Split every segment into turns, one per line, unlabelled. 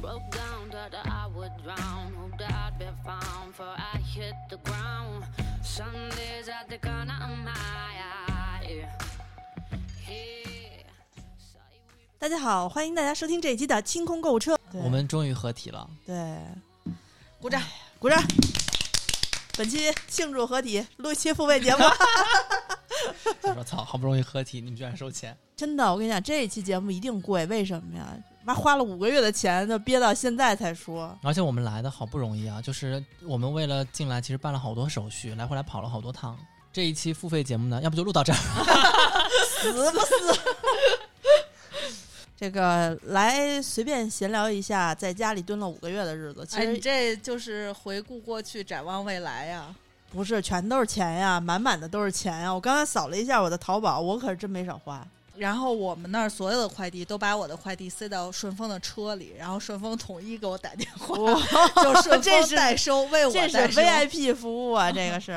broke down that I would drown. Hoped I'd be found, for I hit the ground. Sundays at the corner of my eye. Hey,
大家好，欢迎大家收听这一期的清空购物车。对
我们终于合体 了，
对，鼓掌，鼓掌。本期庆祝合体，录一期付费节目。
我说操，好不容易合体，你们居然收钱，
真的，我跟你讲，这一期节目一定贵，为什么呀？妈花了五个月的钱，就憋到现在才说。
而且我们来的好不容易啊，就是我们为了进来，其实办了好多手续，来回来跑了好多趟。这一期付费节目呢，要不就录到这儿。
死不死？ 这个来随便闲聊一下，在家里蹲了五个月的日子，其
哎，你
实
这就是回顾过去，展望未来呀。
不是全都是钱呀，满满的都是钱呀。我刚才扫了一下我的淘宝，我可是真没少 花。
然后我们那儿所有的快递都把我的快递塞到顺丰的车里，然后顺丰统一给我打电话， 就顺
这
丰
是
代收，为我
这
代
是
收。
VIP 服务啊，这个是。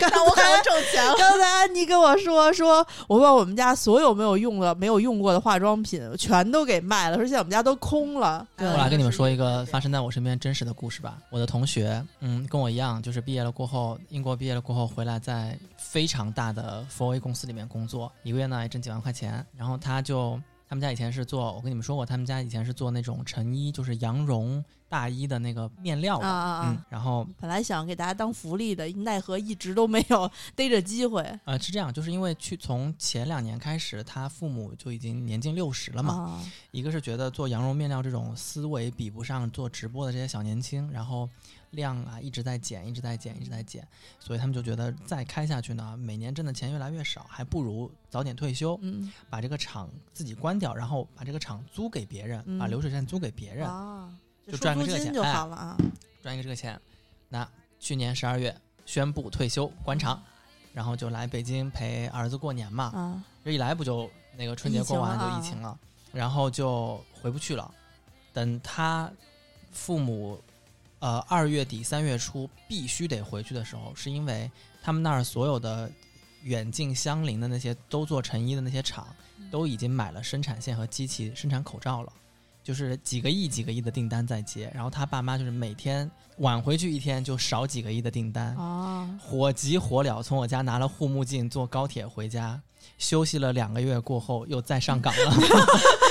那我可能挣钱了。
刚才安妮跟我说，说我把我们家所有没有用的、没有用过的化妆品全都给卖了，说现在我们家都空了。
对
哎我来跟你们说一个发
生。
生在我身边真实的故事吧。我的同学，嗯，跟我一样，就是毕业了过后，英国毕业了过后回来，在非常大的 4A 公司里面工作，一个月呢也挣几万块钱。然后他就他们家以前是做，我跟你们说过，他们家以前是做那种成衣，就是羊绒大衣的那个面料的。
啊啊啊
嗯，然后
本来想给大家当福利的，奈何一直都没有逮着机会
呃，是这样，就是因为去从前两年开始，他父母就已经年近六十了嘛。
啊。
一个是觉得做羊绒面料这种思维比不上做直播的这些小年轻，然后量啊一直在减，一直在减，一直在减，所以他们就觉得再开下去呢，每年挣的钱越来越少，还不如早点退休，
嗯
把这个厂自己关掉，然后把这个厂租给别人，把
嗯
流水线租给别人，
啊，
就
收
赚
租
个这个
金
钱
就
哎
好了啊。
赚一个这个钱。那去年十二月宣布退休关厂，然后就来北京陪儿子过年嘛。
啊，
这一来不就那个春节过完就疫情了，啊然后就回不去了。等他父母呃二月底三月初必须得回去的时候，是因为他们那儿所有的远近相邻的那些都做成衣的那些厂，都已经买了生产线和机器生产口罩了。就是几个亿、几个亿的订单在接，然后他爸妈就是每天晚回去一天就少几个亿的订单，
哦，
火急火燎从我家拿了护目镜坐高铁回家，休息了两个月过后又再上岗了，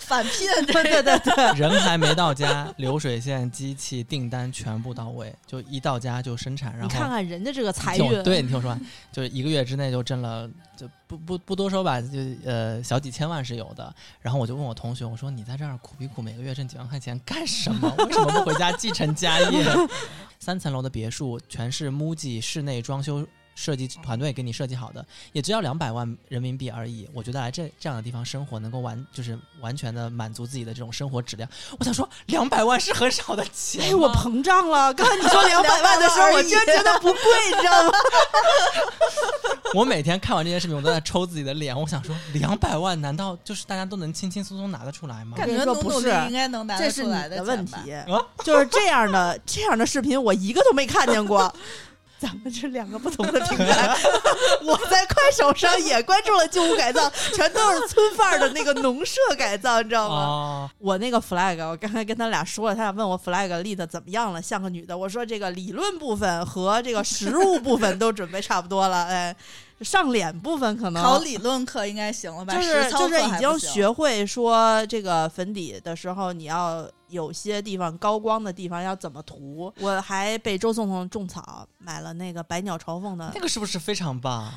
返聘
对对对对，
人还没到家，流水线、机器、订单全部到位，就一到家就生产，然
你
后
看看人家这个财
你听我
运，
对你听我说完，就是一个月之内就挣了，就不不不多说吧，就呃小几千万是有的。然后我就问我同学，我说你在这儿苦逼苦，每个月挣几万块钱干什么？为什么不回家继承家业？ 三层楼的别墅全是 MUJI 室内装修设计团队给你设计好的，也只要两百万人民币而已。我觉得来这这样的地方生活，能够完就是完全的满足自己的这种生活质量。我想说，两百万是很少的钱吗。
哎，我膨胀了。刚才你 说两百万的时候，我居然觉得不贵，你知道吗？
我每天看完这件视频，我都在抽自己的脸。我想说，两百万难道就是大家都能轻轻松松拿得出来吗？
感觉
说
努
不
努力
是
应该能拿
这
得
是
出
你
来
的
钱
问
吧
题，
啊
就是这样的这样的视频，我一个都没看见过。 咱们这两个不同的平台，我在快手上也关注了旧屋改造，全都是村范儿的那个农舍改造，你知道吗？
哦，
我那个 flag，我刚才跟他俩说了，他俩问我 flag 立的怎么样了，像个女的。我说这个理论部分和这个实物部分都准备差不多了，哎，上脸部分可能
考理论课应该行了吧？
就是
实操
就是
课
已
还
经
不行
学会说这个粉底的时候，你要有些地方高光的地方要怎么涂。我还被周颂颂种草，买了那个百鸟朝凤的
那，个是不是非常棒？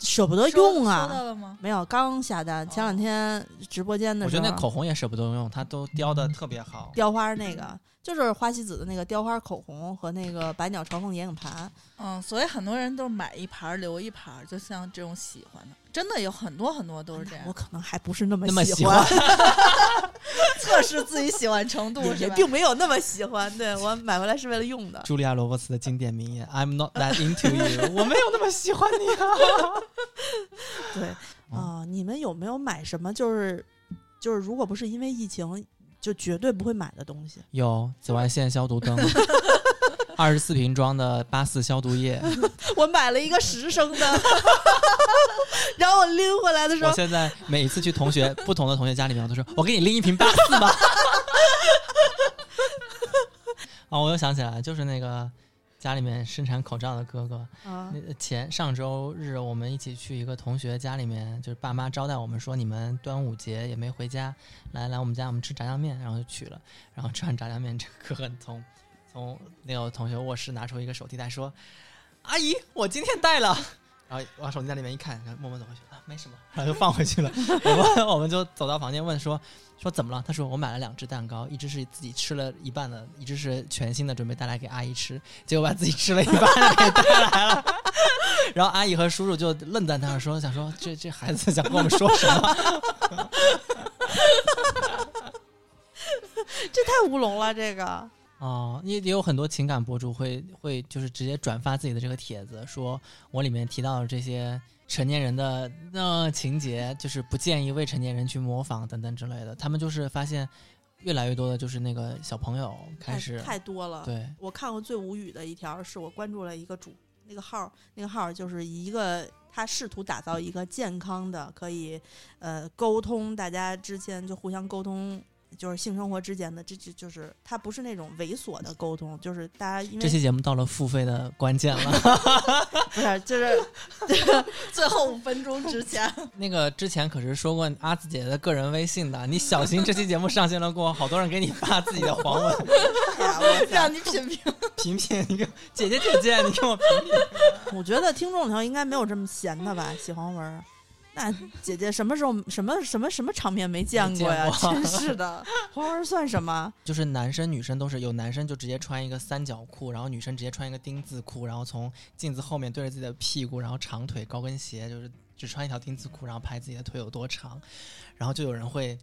舍不得
收
用
收到
啊。
了吗？
没有，刚下单，前两天直播间的
我
时
觉
候，
得那口红也舍不得用，它都雕的特别好。
雕花那个，就是花西子的那个雕花口红和那个百鸟朝凤眼影盘。
嗯，所以很多人都买一盘儿留一盘儿，就像这种喜欢的，真的有很多很多都是这
我
样，
可能还不是那么
那么喜
喜
欢，
测试自己喜欢程度
也
是
也
吧？
并没有那么喜欢。对我买回来是为了 用的。
茱莉亚·罗伯茨的经典名言：“I'm not that into you，我没有那么喜欢你啊。
对啊、你们有没有买什么就是就是如果不是因为疫情，就绝对不会买的东西？”
有紫外线消毒灯，二十四瓶装的八四消毒液。
我买了一个十升的， 然后我拎回来的时
我
候，
现在每一次去同学不同的同学家里面，我都说：“我给你拎一瓶八四吧。”哦，我又想起来，就是那个家里面生产口罩的哥哥，
啊
那前上周日，我们一起去一个同学家里面，就是爸妈招待我们说，你们端午节也没回家，来来我们家，我们吃炸酱面，然后就去了。然后吃完炸酱面，这个哥从从那个同学卧室拿出一个手提袋，说：“阿姨，我今天带了。”然后往手提袋里面一看，然后默默走回去啊，没什么， 然后就放回去了。我们 我们就走到房间问说说怎么了？他说我买了两只蛋糕，一只是自己吃了一半的，一只是全新的，准备带来给阿姨吃，结果把自己吃了一半的给带来了。 然后阿姨和叔叔就愣在那儿说，想说这这孩子想跟我们说什么？
这太乌龙了，这个
哦，也也有很多情感博主会会就是直接转发自己的这个帖子，说我里面提到的这些成年人的呃情节，就是不建议未成年人去模仿等等之类的。他们就是发现越来越多的就是那个小朋友开
太
始
太多了。
对
我看过最无语的一条，是我关注了一个主那个号，那个号就是一个他试图打造一个健康的，可以呃沟通大家之间就互相沟通，就是性生活之间的，这这就是他不是那种猥琐的沟通，就是大家因
这
为
期节目到了付费的关键了。
不是就是
最后五分钟之前，
那个之前可是说过阿紫姐姐的个人微信的，你小心这期节目上线了过后，好多人给你发自己的黄文。
让你品 评。
评评，你给我姐姐姐姐，你给我评评。
我觉得听众里头应该没有这么闲的吧？喜黄文儿，那姐姐什么时候、什么什么什么场面没见过呀？
没见过
真是的，黄文儿算什么？
就是男生女生都是有男生就直接穿一个三角裤，然后女生直接穿一个丁字裤，然后从镜子后面对着自己的屁股，然后长腿高跟鞋，就是只穿一条丁字裤，然后拍自己的腿有多长，然后就有人会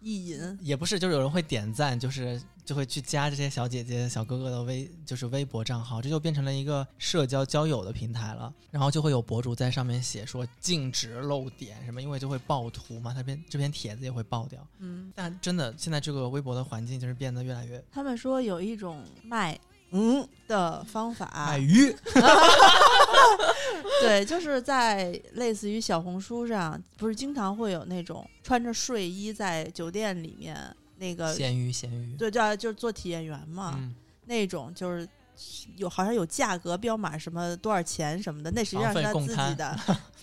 意淫
也不是，就是有人会点赞，就是就会去加这些小姐姐、小哥哥的微，就是微博账号，这就变成了一个社交交友的平台了。然后就会有博主在上面写说禁止露点什么，因为就会爆图嘛，他篇这篇帖子也会爆掉。
嗯，
但真的，现在这个微博的环境就是变得越来越
他们说有一种卖嗯的方法
卖，鱼。
对，就是在类似于小红书上，不是经常会有那种穿着睡衣在酒店里面那个，
咸鱼，咸鱼。
呃对，啊叫就是做体验员嘛，
嗯，
那种就是有好像有价格标码什么多少钱什么的，那实际上
房
是
费
他
共
自己
餐
的，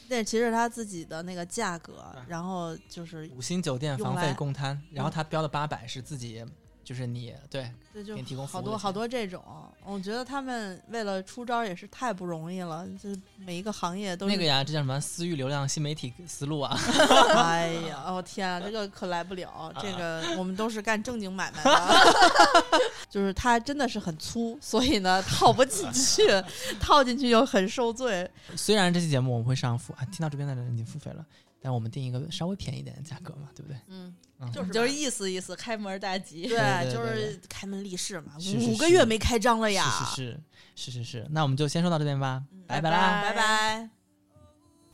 那其实是他自己的那个价格，
啊
然后就是
五星酒店房
用来嗯
费共摊，然后他标的八百是自己，就是你对
这
给你提
就
供服
好
务的
多
钱
好多这种，我觉得他们为了出招也是太不容易了，就是每一个行业都是
那个呀，这叫什么私域流量新媒体思路啊？
哎呀， 哦天啊，这个可来不了，这个我们都是干正经买卖的， 就是它真的是很粗，所以呢套不进 去，套进去又很受罪。
虽然这期节目我们会上付啊，听到这边的人已经付费了，但我们定一个稍微便宜一点的价格嘛，对不对？
嗯，
嗯，
就是就是意思意思，开门大吉。
对对
就
对
是开门立市嘛，
是是
五个
是
月没开张了呀，
是是是是是是，那我们就先说到这边吧，拜拜啦。
嗯拜拜。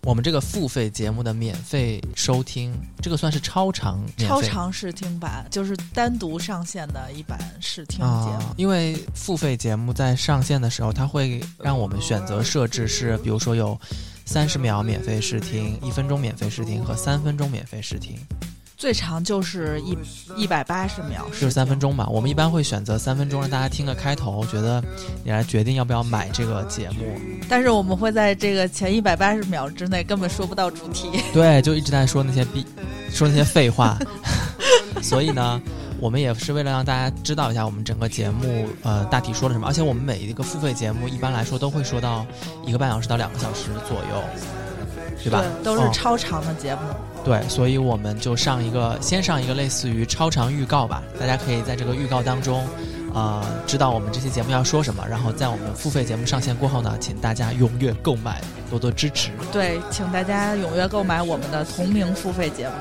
我们这个付费节目的免费收听，这个算是超长免费
超长试听版就是单独上线的一版试听节目。
啊因为付费节目在上线的时候，它会让我们选择设置是，比如说有三十秒免费试听、一分钟免费试听和三分钟免费试听，
最长就是一一百八十秒，
就是三分钟嘛。我们一般会选择三分钟，让大家听个开头，觉得你来决定要不要买这个节目。
但是我们会在这个前一百八十秒之内根本说不到主题。
对，就一直在说那些逼，说那些废话。 所以呢，我们也是为了让大家知道一下我们整个节目呃大体说了什么，而且我们每一个付费节目一般来说都会说到一个半小时到两个小时左右，对吧？
都是
嗯
超长的节目。
对，所以我们就上一个，先上一个类似于超长预告吧，大家可以在这个预告当中，呃，知道我们这期节目要说什么，然后在我们付费节目上线过后呢，请大家踊跃购买，多多支持。
对，请大家踊跃购买我们的同名付费节目。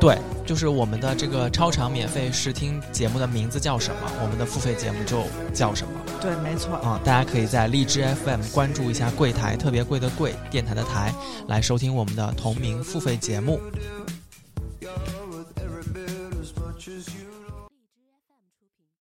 对，就是我们的这个超长免费试听节目的名字叫什么，我们的付费节目就叫什么
对，没错。
啊、大家可以在荔枝 FM 关注一下“柜台”，特别贵的贵，电台的台，来收听我们的同名付费节目。